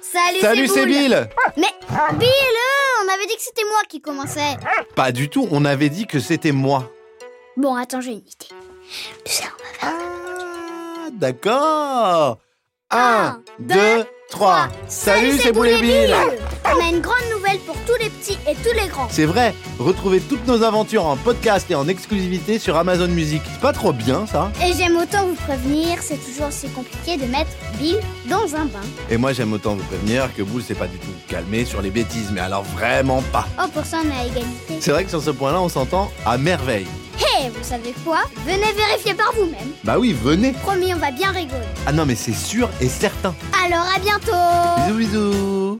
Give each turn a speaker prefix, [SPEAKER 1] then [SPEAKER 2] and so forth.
[SPEAKER 1] Salut,
[SPEAKER 2] Salut, c'est Bill
[SPEAKER 1] Mais Bill, euh, on avait dit que c'était moi qui commençais.
[SPEAKER 2] Pas du tout, on avait dit que c'était moi.
[SPEAKER 1] Bon, attends, j'ai une idée. Tu sais, on va faire
[SPEAKER 2] Ah, d'accord Un, deux, trois. Salut, c'est
[SPEAKER 1] Boule
[SPEAKER 2] Boulet
[SPEAKER 1] et
[SPEAKER 2] Bill
[SPEAKER 1] On a une grande nouvelle pour tous les petits et tous les grands.
[SPEAKER 2] C'est vrai, retrouvez toutes nos aventures en podcast et en exclusivité sur Amazon Music. C'est pas trop bien, ça
[SPEAKER 1] Et j'aime autant vous prévenir, c'est toujours si compliqué de mettre Bill dans un bain.
[SPEAKER 2] Et moi, j'aime autant vous prévenir que Boule s'est pas du tout calmé sur les bêtises, mais alors vraiment pas.
[SPEAKER 1] Oh, pour ça, on est à égalité.
[SPEAKER 2] C'est vrai que sur ce point-là, on s'entend à merveille.
[SPEAKER 1] Hé, vous savez quoi Venez vérifier par vous-même.
[SPEAKER 2] Bah oui, venez
[SPEAKER 1] Promis, on va bien rigoler.
[SPEAKER 2] Ah non, mais c'est sûr et certain.
[SPEAKER 1] Alors, à bientôt
[SPEAKER 2] Bisous, bisous